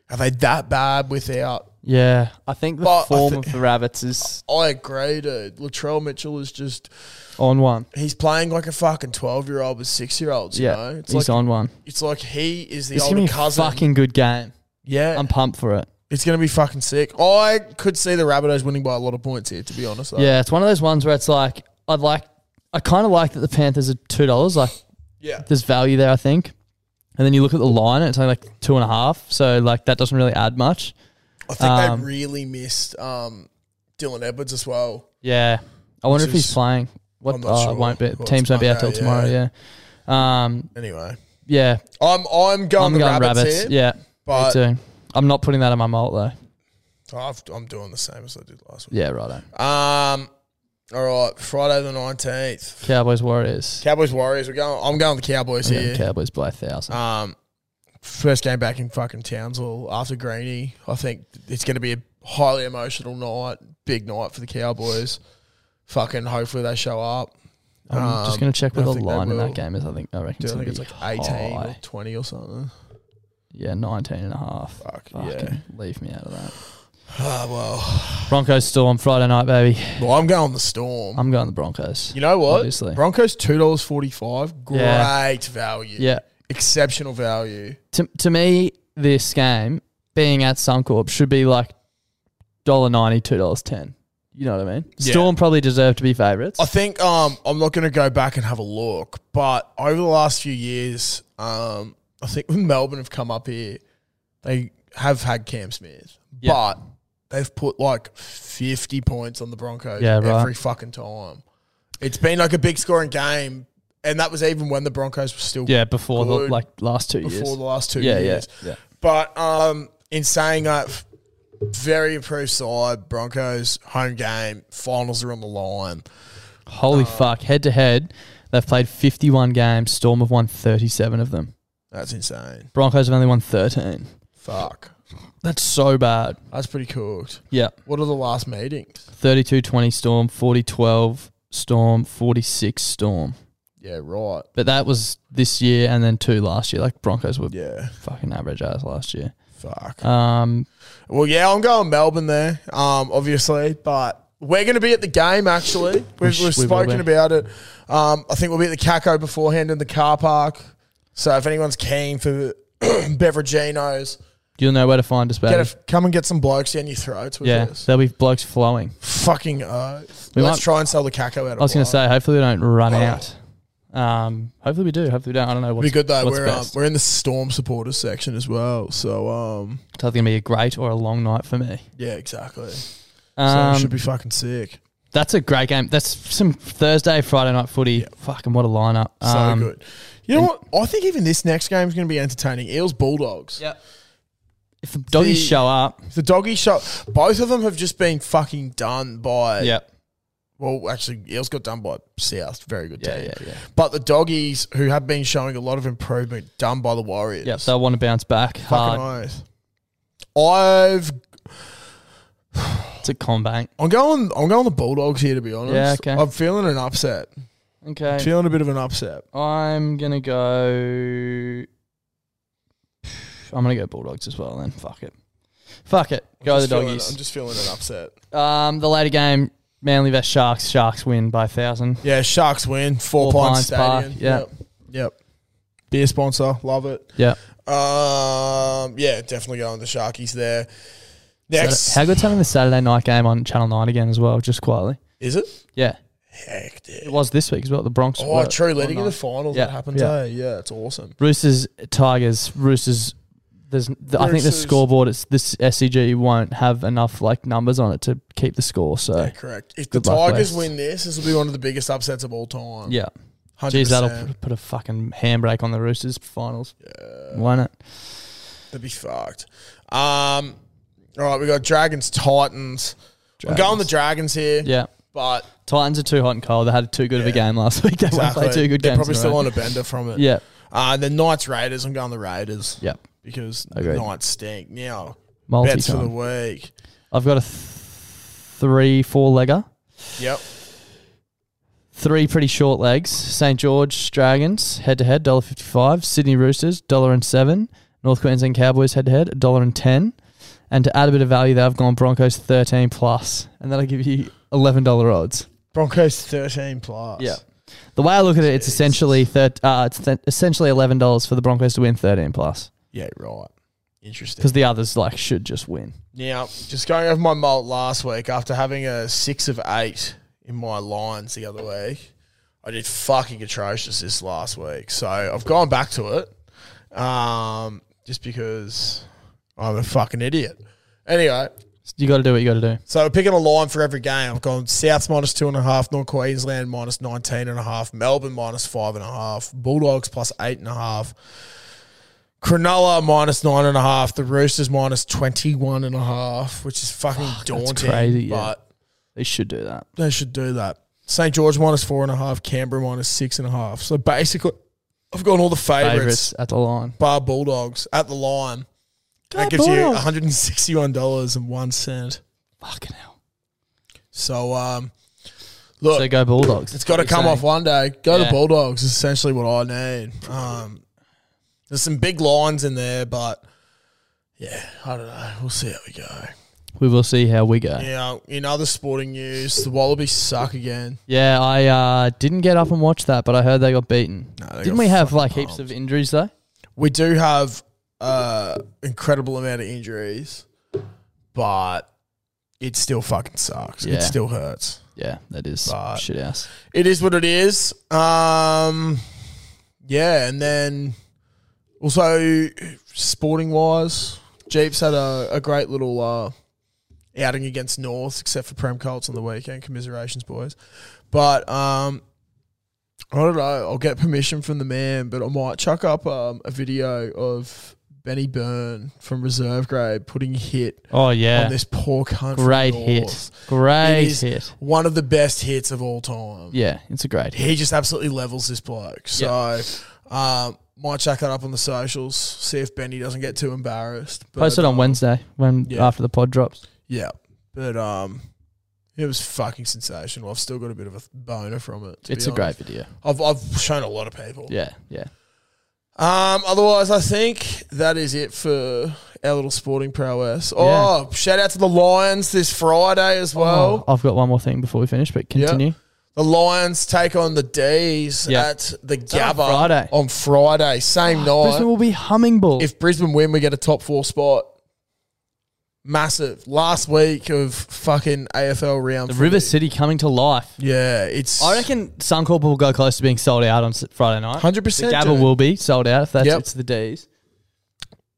Speaker 3: are they that bad without?
Speaker 2: Yeah, I think the
Speaker 3: But I
Speaker 2: form
Speaker 3: thi-
Speaker 2: of the rabbits is
Speaker 3: I agree, dude. Latrell Mitchell is just
Speaker 2: on one.
Speaker 3: he's playing like a fucking twelve year old with six year olds. You
Speaker 2: Yeah,
Speaker 3: know, it's
Speaker 2: he's
Speaker 3: like
Speaker 2: on one.
Speaker 3: it's like he is the
Speaker 2: It's gonna
Speaker 3: older
Speaker 2: be a
Speaker 3: cousin.
Speaker 2: fucking good game.
Speaker 3: yeah,
Speaker 2: I'm pumped for it.
Speaker 3: It's going to be fucking sick. I could see the Rabbitohs winning by a lot of points here, to be honest. Though.
Speaker 2: Yeah, it's one of those ones where it's like I'd like, I kind of like that the Panthers are two dollars. Like
Speaker 3: Yeah.
Speaker 2: there's value there, I think. And then you look at the line, and it's only like two and a half. So like that doesn't really add much.
Speaker 3: I think
Speaker 2: Um,
Speaker 3: they really missed um, Dylan Edwards as well.
Speaker 2: Yeah, I wonder if
Speaker 3: Which
Speaker 2: he's
Speaker 3: is-
Speaker 2: playing. What
Speaker 3: I'm not
Speaker 2: oh,
Speaker 3: sure.
Speaker 2: it won't be.
Speaker 3: Well,
Speaker 2: teams
Speaker 3: it's
Speaker 2: won't be out till tomorrow.
Speaker 3: Monday,
Speaker 2: Yeah. Um.
Speaker 3: Anyway,
Speaker 2: Yeah.
Speaker 3: I'm I'm going
Speaker 2: I'm
Speaker 3: the
Speaker 2: going
Speaker 3: Rabbits,
Speaker 2: rabbits.
Speaker 3: here,
Speaker 2: yeah.
Speaker 3: but
Speaker 2: me too. I'm not putting that in my malt though.
Speaker 3: I've, I'm doing the same as I did last week.
Speaker 2: Yeah. Righto.
Speaker 3: Um, all right, Friday the nineteenth,
Speaker 2: Cowboys Warriors.
Speaker 3: Cowboys Warriors. We're going. I'm going the Cowboys
Speaker 2: I'm going
Speaker 3: here.
Speaker 2: Cowboys by a thousand.
Speaker 3: Um, first game back in fucking Townsville after Greeny. I think it's going to be a highly emotional night, big night for the Cowboys. Fucking hopefully they show up.
Speaker 2: I'm just
Speaker 3: um,
Speaker 2: going to check
Speaker 3: I
Speaker 2: what the
Speaker 3: think they
Speaker 2: line in
Speaker 3: will.
Speaker 2: that game is. I think I reckon
Speaker 3: Dude,
Speaker 2: it's
Speaker 3: I
Speaker 2: going
Speaker 3: think
Speaker 2: to
Speaker 3: it's
Speaker 2: be
Speaker 3: like 18 or
Speaker 2: high.
Speaker 3: 20 or something.
Speaker 2: Yeah, 19 and a half.
Speaker 3: Fuck, yeah.
Speaker 2: Fucking leave me out of that.
Speaker 3: Ah, well.
Speaker 2: Broncos Storm Friday night, baby.
Speaker 3: Well, I'm going the Storm.
Speaker 2: I'm going the Broncos.
Speaker 3: you know what?
Speaker 2: obviously.
Speaker 3: Broncos $2.45. Great
Speaker 2: Yeah.
Speaker 3: value.
Speaker 2: Yeah.
Speaker 3: Exceptional value.
Speaker 2: To, to me, this game being at Suncorp should be like dollar ninety, two dollars ten. You know what I mean?
Speaker 3: Yeah.
Speaker 2: Storm probably deserve to be favourites.
Speaker 3: I think um, I'm not going to go back and have a look, but over the last few years, um, I think when Melbourne have come up here, they have had Cam Smith,
Speaker 2: Yeah.
Speaker 3: but they've put like 50 points on the Broncos
Speaker 2: Yeah, right.
Speaker 3: every fucking time. It's been like a big scoring game, and that was even when the Broncos were still
Speaker 2: yeah, before the
Speaker 3: Good.
Speaker 2: like last two
Speaker 3: before
Speaker 2: years.
Speaker 3: the last two
Speaker 2: yeah,
Speaker 3: years.
Speaker 2: yeah, yeah.
Speaker 3: But um, in saying that, very improved side, Broncos home game, finals are on the line.
Speaker 2: Holy fuck! Head to head, they've played fifty-one games. Storm have won thirty-seven of them.
Speaker 3: That's insane.
Speaker 2: Broncos have only won thirteen.
Speaker 3: Fuck.
Speaker 2: That's so bad.
Speaker 3: That's pretty cooked.
Speaker 2: Yeah.
Speaker 3: What are the last meetings?
Speaker 2: 32 20 Storm, 40 12 Storm, 46 Storm.
Speaker 3: Yeah, right.
Speaker 2: But that was this year and then two last year. Like Broncos were
Speaker 3: Yeah,
Speaker 2: fucking average ass last year.
Speaker 3: fuck.
Speaker 2: Um,
Speaker 3: Well, yeah, I'm going Melbourne there, um, obviously, but we're going to be at the game, actually. We've,
Speaker 2: sh-
Speaker 3: we've
Speaker 2: we will
Speaker 3: spoken
Speaker 2: be.
Speaker 3: about it. Um, I think we'll be at the Caco beforehand in the car park. So if anyone's keen for Beveraginos,
Speaker 2: You'll know where to find us, baby.
Speaker 3: Get a, come and get some blokes down your throats with
Speaker 2: yeah,
Speaker 3: this.
Speaker 2: there'll be blokes flowing.
Speaker 3: Fucking uh,
Speaker 2: We
Speaker 3: let's
Speaker 2: might-
Speaker 3: try and sell the caco out of
Speaker 2: I was going
Speaker 3: Blythe.
Speaker 2: to say, hopefully we don't run out. Um, hopefully we do. Hopefully we don't. I don't know what's,
Speaker 3: Oh. be good though.
Speaker 2: what's
Speaker 3: We're um,
Speaker 2: best.
Speaker 3: we're in the storm supporters section as well. So um,
Speaker 2: it's either going to be a great or a long night for me.
Speaker 3: yeah, exactly. So
Speaker 2: Um,
Speaker 3: it should be fucking sick.
Speaker 2: that's a great game. That's some Thursday, Friday night footy. Fucking what a lineup. Um,
Speaker 3: So good. You know what? I think even this next game is going to be entertaining. Eels Bulldogs.
Speaker 2: Yep. If the doggies
Speaker 3: The-
Speaker 2: show up,
Speaker 3: The doggy shot. Both of them have just been fucking done by.
Speaker 2: yep.
Speaker 3: Well, actually, Eels got done by South. Very good
Speaker 2: Yeah,
Speaker 3: team.
Speaker 2: yeah, yeah.
Speaker 3: But the doggies, who have been showing a lot of improvement, done by the Warriors.
Speaker 2: Yep, they'll want to bounce back hard.
Speaker 3: Fucking oath. I've
Speaker 2: It's a combank.
Speaker 3: I'm going I'm going the Bulldogs here to be honest.
Speaker 2: Yeah, okay.
Speaker 3: I'm feeling an upset.
Speaker 2: Okay.
Speaker 3: Feeling a bit of an upset.
Speaker 2: I'm gonna go. I'm gonna go Bulldogs as well. Then fuck it, fuck it. Go the
Speaker 3: Just feeling-
Speaker 2: doggies.
Speaker 3: I'm just feeling an upset.
Speaker 2: um, the later game, Manly vs Sharks. Sharks win by a thousand.
Speaker 3: Yeah, Sharks win. Four,
Speaker 2: Four Pines
Speaker 3: Pines,
Speaker 2: Park,
Speaker 3: Stadium.
Speaker 2: yeah.
Speaker 3: Yep. Yep. Beer sponsor. Love it.
Speaker 2: Yeah.
Speaker 3: Um yeah, definitely going the Sharkies there.
Speaker 2: Sat-
Speaker 3: Next
Speaker 2: How good's having the Saturday night game on Channel Nine again as well? Just quietly.
Speaker 3: is it?
Speaker 2: Yeah,
Speaker 3: Hectic.
Speaker 2: it was this week as well. The Bronx.
Speaker 3: Oh,
Speaker 2: were-
Speaker 3: true.
Speaker 2: were
Speaker 3: Leading to the
Speaker 2: nice.
Speaker 3: finals
Speaker 2: Yeah,
Speaker 3: that happened
Speaker 2: yeah.
Speaker 3: today. Yeah, it's awesome.
Speaker 2: Roosters, Tigers, Roosters. There's, the, I think the
Speaker 3: Roosters.
Speaker 2: scoreboard. It's this SCG won't have enough like numbers on it to keep the score. So
Speaker 3: Yeah, correct. If
Speaker 2: Good
Speaker 3: the
Speaker 2: luck,
Speaker 3: Tigers
Speaker 2: West.
Speaker 3: win this, this will be one of the biggest upsets of all time.
Speaker 2: yeah.
Speaker 3: 100%.
Speaker 2: Jeez, that'll p- put a fucking handbrake on the Roosters finals,
Speaker 3: yeah.
Speaker 2: won't it?
Speaker 3: That'd be fucked. Um, all right, we got Dragons, Titans. I'm going the Dragons here,
Speaker 2: Yeah.
Speaker 3: but
Speaker 2: Titans are too hot and cold. They had too good of a game last week. They won't play
Speaker 3: exactly,
Speaker 2: too good games.
Speaker 3: they're probably
Speaker 2: in a
Speaker 3: still
Speaker 2: row.
Speaker 3: on a bender from it.
Speaker 2: Yeah.
Speaker 3: Uh, the Knights, Raiders. I'm going the Raiders
Speaker 2: Yep.
Speaker 3: because
Speaker 2: Agreed.
Speaker 3: the Knights stink. Now,
Speaker 2: Multi
Speaker 3: bets for the
Speaker 2: time.
Speaker 3: week.
Speaker 2: I've got a th- three, four legger.
Speaker 3: Yep.
Speaker 2: Three pretty short legs. St. George Dragons head to head, dollar fifty five. Sydney Roosters, dollar and seven. North Queensland Cowboys head to head, dollar and ten. And to add a bit of value there, I've gone Broncos thirteen plus, and that'll give you eleven dollar odds.
Speaker 3: Broncos 13 plus.
Speaker 2: Yeah. The way I look at it, it's essentially thir- uh, it's th- essentially eleven dollars for the Broncos to win thirteen plus
Speaker 3: Yeah, right. Interesting.
Speaker 2: because the others like should just win.
Speaker 3: Now, just going over my malt last week after having a six of eight in my lines the other week, I did fucking atrocious this last week. So I've gone back to it um, just because I'm a fucking idiot. Anyway,
Speaker 2: You got to do what you got to do.
Speaker 3: so I'm picking a line for every game. I've gone South minus two and a half, North Queensland minus 19 and a half, Melbourne minus five and a half, Bulldogs plus eight and a half, Cronulla minus nine and a half, the Roosters minus 21 and a half, which is fucking daunting.
Speaker 2: crazy, yeah.
Speaker 3: But
Speaker 2: They should do that.
Speaker 3: they should do that. St. George minus four and a half, Canberra minus six and a half. So basically, I've gone all the favourites,
Speaker 2: Favorites at the line.
Speaker 3: bar Bulldogs at the line.
Speaker 2: Go
Speaker 3: that gives
Speaker 2: Bulldogs.
Speaker 3: you $161.01.
Speaker 2: Fucking hell.
Speaker 3: So, um, look.
Speaker 2: So go Bulldogs.
Speaker 3: It's got to come off one day. Go
Speaker 2: Yeah.
Speaker 3: to Bulldogs is essentially what I need. Um, there's some big lines in there, but yeah, I don't know. We'll see how we go.
Speaker 2: We will see how we go.
Speaker 3: You
Speaker 2: Yeah,
Speaker 3: know, in other sporting news, the Wallabies suck again.
Speaker 2: I uh, didn't get up and watch that, but I heard they got beaten.
Speaker 3: they
Speaker 2: didn't
Speaker 3: got
Speaker 2: we have
Speaker 3: fucking
Speaker 2: like heaps of injuries though?
Speaker 3: We do have uh incredible amount of injuries, but it still fucking sucks.
Speaker 2: Yeah.
Speaker 3: It still hurts.
Speaker 2: Yeah, that is
Speaker 3: But-
Speaker 2: shit house.
Speaker 3: it is what it is. Um, yeah, and then also sporting wise, Jeeps had a, a great little uh, outing against North, except for Prem Colts on the weekend. Commiserations, boys. But um, I don't know. I'll get permission from the man, but I might chuck up um, a video of Benny Byrne from reserve grade putting a hit
Speaker 2: Oh yeah,
Speaker 3: on this poor cunt. from
Speaker 2: great
Speaker 3: North.
Speaker 2: hit,
Speaker 3: It
Speaker 2: great
Speaker 3: is
Speaker 2: hit.
Speaker 3: One of the best hits of all time
Speaker 2: Yeah, it's a great hit.
Speaker 3: he just absolutely levels this bloke. So um, might check that up on the socials, see if Benny doesn't get too embarrassed. But, um,
Speaker 2: Post it on Wednesday when
Speaker 3: yeah.
Speaker 2: after the pod drops.
Speaker 3: Yeah, but um, it was fucking sensational. I've still got a bit of a boner from it. to
Speaker 2: It's
Speaker 3: be
Speaker 2: a great
Speaker 3: honest.
Speaker 2: video.
Speaker 3: I've I've shown a lot of people.
Speaker 2: Yeah, yeah.
Speaker 3: Um, otherwise, I think that is it for our little sporting prowess. Oh, shout out to the Lions this Friday as well.
Speaker 2: Oh, I've got one more thing before we finish, but continue.
Speaker 3: The Lions take on the D's
Speaker 2: Yeah.
Speaker 3: at the
Speaker 2: that on
Speaker 3: Gabba
Speaker 2: Friday?
Speaker 3: on Friday, same night.
Speaker 2: Brisbane will be humming bull.
Speaker 3: if Brisbane win, we get a top four spot. massive. Last week of fucking AFL round.
Speaker 2: The
Speaker 3: three.
Speaker 2: River City coming to life.
Speaker 3: Yeah, it's.
Speaker 2: I reckon Suncorp will go close to being sold out on s- Friday night.
Speaker 3: 100%,
Speaker 2: The Gabba
Speaker 3: dude.
Speaker 2: will be sold out if that's
Speaker 3: Yep.
Speaker 2: it's the D's.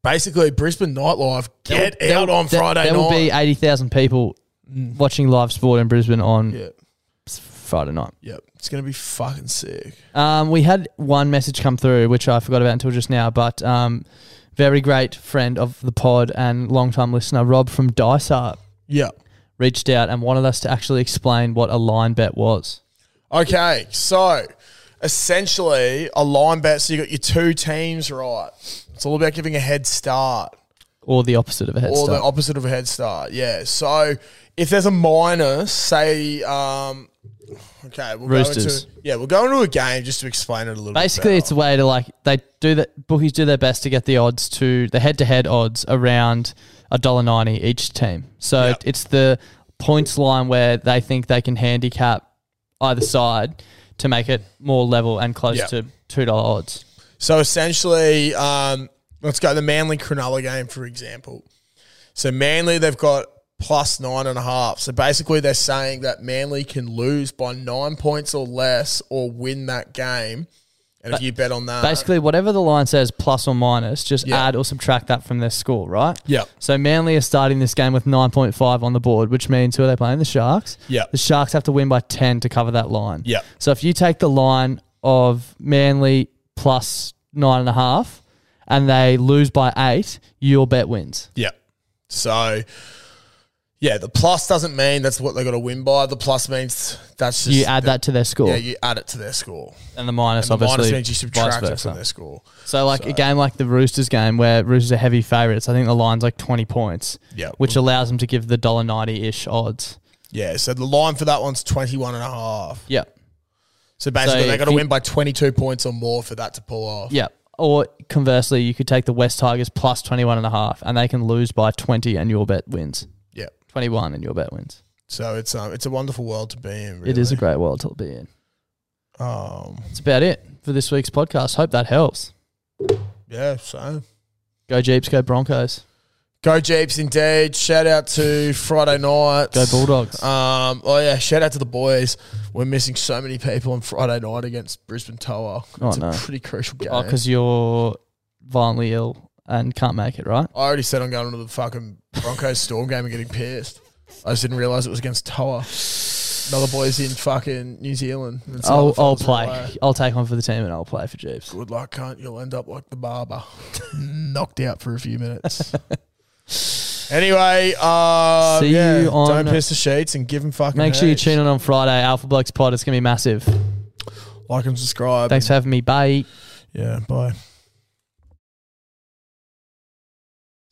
Speaker 3: basically Brisbane nightlife. Get
Speaker 2: There will-
Speaker 3: out on
Speaker 2: there-
Speaker 3: Friday
Speaker 2: There
Speaker 3: night.
Speaker 2: will be eighty thousand people watching live sport in Brisbane on
Speaker 3: yeah,
Speaker 2: Friday night.
Speaker 3: yep. It's gonna be fucking sick.
Speaker 2: Um, we had one message come through, which I forgot about until just now, but um, very great friend of the pod and long-time listener, Rob from Dysart,
Speaker 3: Yeah.
Speaker 2: reached out and wanted us to actually explain what a line bet was.
Speaker 3: Okay, so essentially a line bet. So you got your two teams right. It's all about giving a head start.
Speaker 2: Or the opposite of a head
Speaker 3: or the
Speaker 2: start.
Speaker 3: opposite of a head start. Yeah. So if there's a minus, say, um, okay, we'll
Speaker 2: Roosters.
Speaker 3: go into yeah, we'll go into a game just to explain it a little.
Speaker 2: Basically,
Speaker 3: bit
Speaker 2: it's a way to like they do that. Bookies do their best to get the odds to the head-to-head odds around a dollar ninety each team. So
Speaker 3: Yep.
Speaker 2: it's the points line where they think they can handicap either side to make it more level and close
Speaker 3: Yep.
Speaker 2: to two dollar odds.
Speaker 3: so essentially, um, let's go the Manly Cronulla game for example. So Manly, they've got plus nine and a half. So basically, they're saying that Manly can lose by nine points or less, or win that game. And if you bet on that,
Speaker 2: Basically, whatever the line says, plus or minus, just
Speaker 3: Uh, Yeah.
Speaker 2: add or subtract that from their score, right?
Speaker 3: Yep.
Speaker 2: So Manly are starting this game with 9.5 on the board, which means who are they playing? The Sharks.
Speaker 3: Yep.
Speaker 2: The Sharks have to win by 10 to cover that line.
Speaker 3: Yep.
Speaker 2: So if you take the line of Manly plus nine and a half and they lose by eight, your bet wins.
Speaker 3: Yeah. So, yeah, the plus doesn't mean that's what they got to win by. The plus means that's just
Speaker 2: you add that to their score.
Speaker 3: Yeah, you add it to their score.
Speaker 2: and the minus,
Speaker 3: The
Speaker 2: obviously.
Speaker 3: minus means you
Speaker 2: vice
Speaker 3: subtract it
Speaker 2: versa.
Speaker 3: from their score.
Speaker 2: So like a game like the Roosters game where Roosters are heavy favourites, I think the line's like twenty points.
Speaker 3: Yeah.
Speaker 2: Which allows them to give the dollar ninety ish odds.
Speaker 3: Yeah, so the line for that one's 21 and a half.
Speaker 2: Yeah.
Speaker 3: So basically,
Speaker 2: So
Speaker 3: they got to
Speaker 2: if you-
Speaker 3: win by 22 points or more for that to pull off.
Speaker 2: Yeah. Or conversely, you could take the West Tigers plus 21 and a half and they can lose by 20 and your bet wins.
Speaker 3: Yeah.
Speaker 2: 21 and your bet wins.
Speaker 3: So it's um, it's a wonderful world to be in. Really.
Speaker 2: It is a great world to be in.
Speaker 3: Um,
Speaker 2: That's about it for this week's podcast. Hope that helps.
Speaker 3: yeah, so.
Speaker 2: Go Jeeps, go Broncos.
Speaker 3: Go Jeeps indeed. Shout out to Friday night.
Speaker 2: Go Bulldogs.
Speaker 3: Um, oh yeah, shout out to the boys. We're missing so many people on Friday night against Brisbane Toa.
Speaker 2: Oh,
Speaker 3: it's
Speaker 2: no.
Speaker 3: a pretty crucial game.
Speaker 2: Oh, because you're violently ill and can't make it, right?
Speaker 3: I already said I'm going to the fucking Broncos Storm game and getting pissed. I just didn't realize it was against Toa. Another boys in fucking New Zealand. It's
Speaker 2: I'll,
Speaker 3: another
Speaker 2: I'll
Speaker 3: fellas in
Speaker 2: play.
Speaker 3: LA.
Speaker 2: I'll take one for the team and I'll play for Jeeps.
Speaker 3: Good luck, cunt. You'll end up like the barber, knocked out for a few minutes. anyway, uh,
Speaker 2: See
Speaker 3: yeah,
Speaker 2: you on-
Speaker 3: don't piss the sheets and give them fucking.
Speaker 2: Make sure you
Speaker 3: heaps.
Speaker 2: tune in on Friday, Alpha Blokes Pod. It's going to be massive.
Speaker 3: like and subscribe.
Speaker 2: Thanks for having me. Bye.
Speaker 3: Yeah, bye.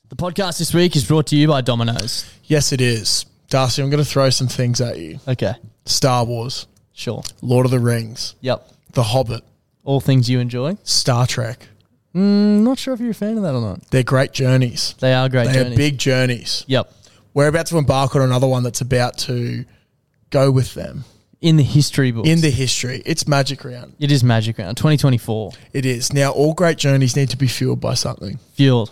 Speaker 2: The podcast this week is brought to you by Domino's.
Speaker 3: Yes, it is. Darcy, I'm going to throw some things at you
Speaker 2: Okay.
Speaker 3: Star Wars,
Speaker 2: Sure.
Speaker 3: Lord of the Rings,
Speaker 2: Yep.
Speaker 3: The Hobbit,
Speaker 2: All things you enjoy.
Speaker 3: Star Trek.
Speaker 2: Mm, not sure if you're a fan of that or not.
Speaker 3: They're great journeys.
Speaker 2: They are great
Speaker 3: They
Speaker 2: journeys.
Speaker 3: are big journeys.
Speaker 2: Yep.
Speaker 3: We're about to embark on another one that's about to go with them
Speaker 2: In the history books.
Speaker 3: in the history. It's Magic Round.
Speaker 2: it is Magic Round 2024.
Speaker 3: It is. Now, all great journeys need to be fueled by something.
Speaker 2: Fueled.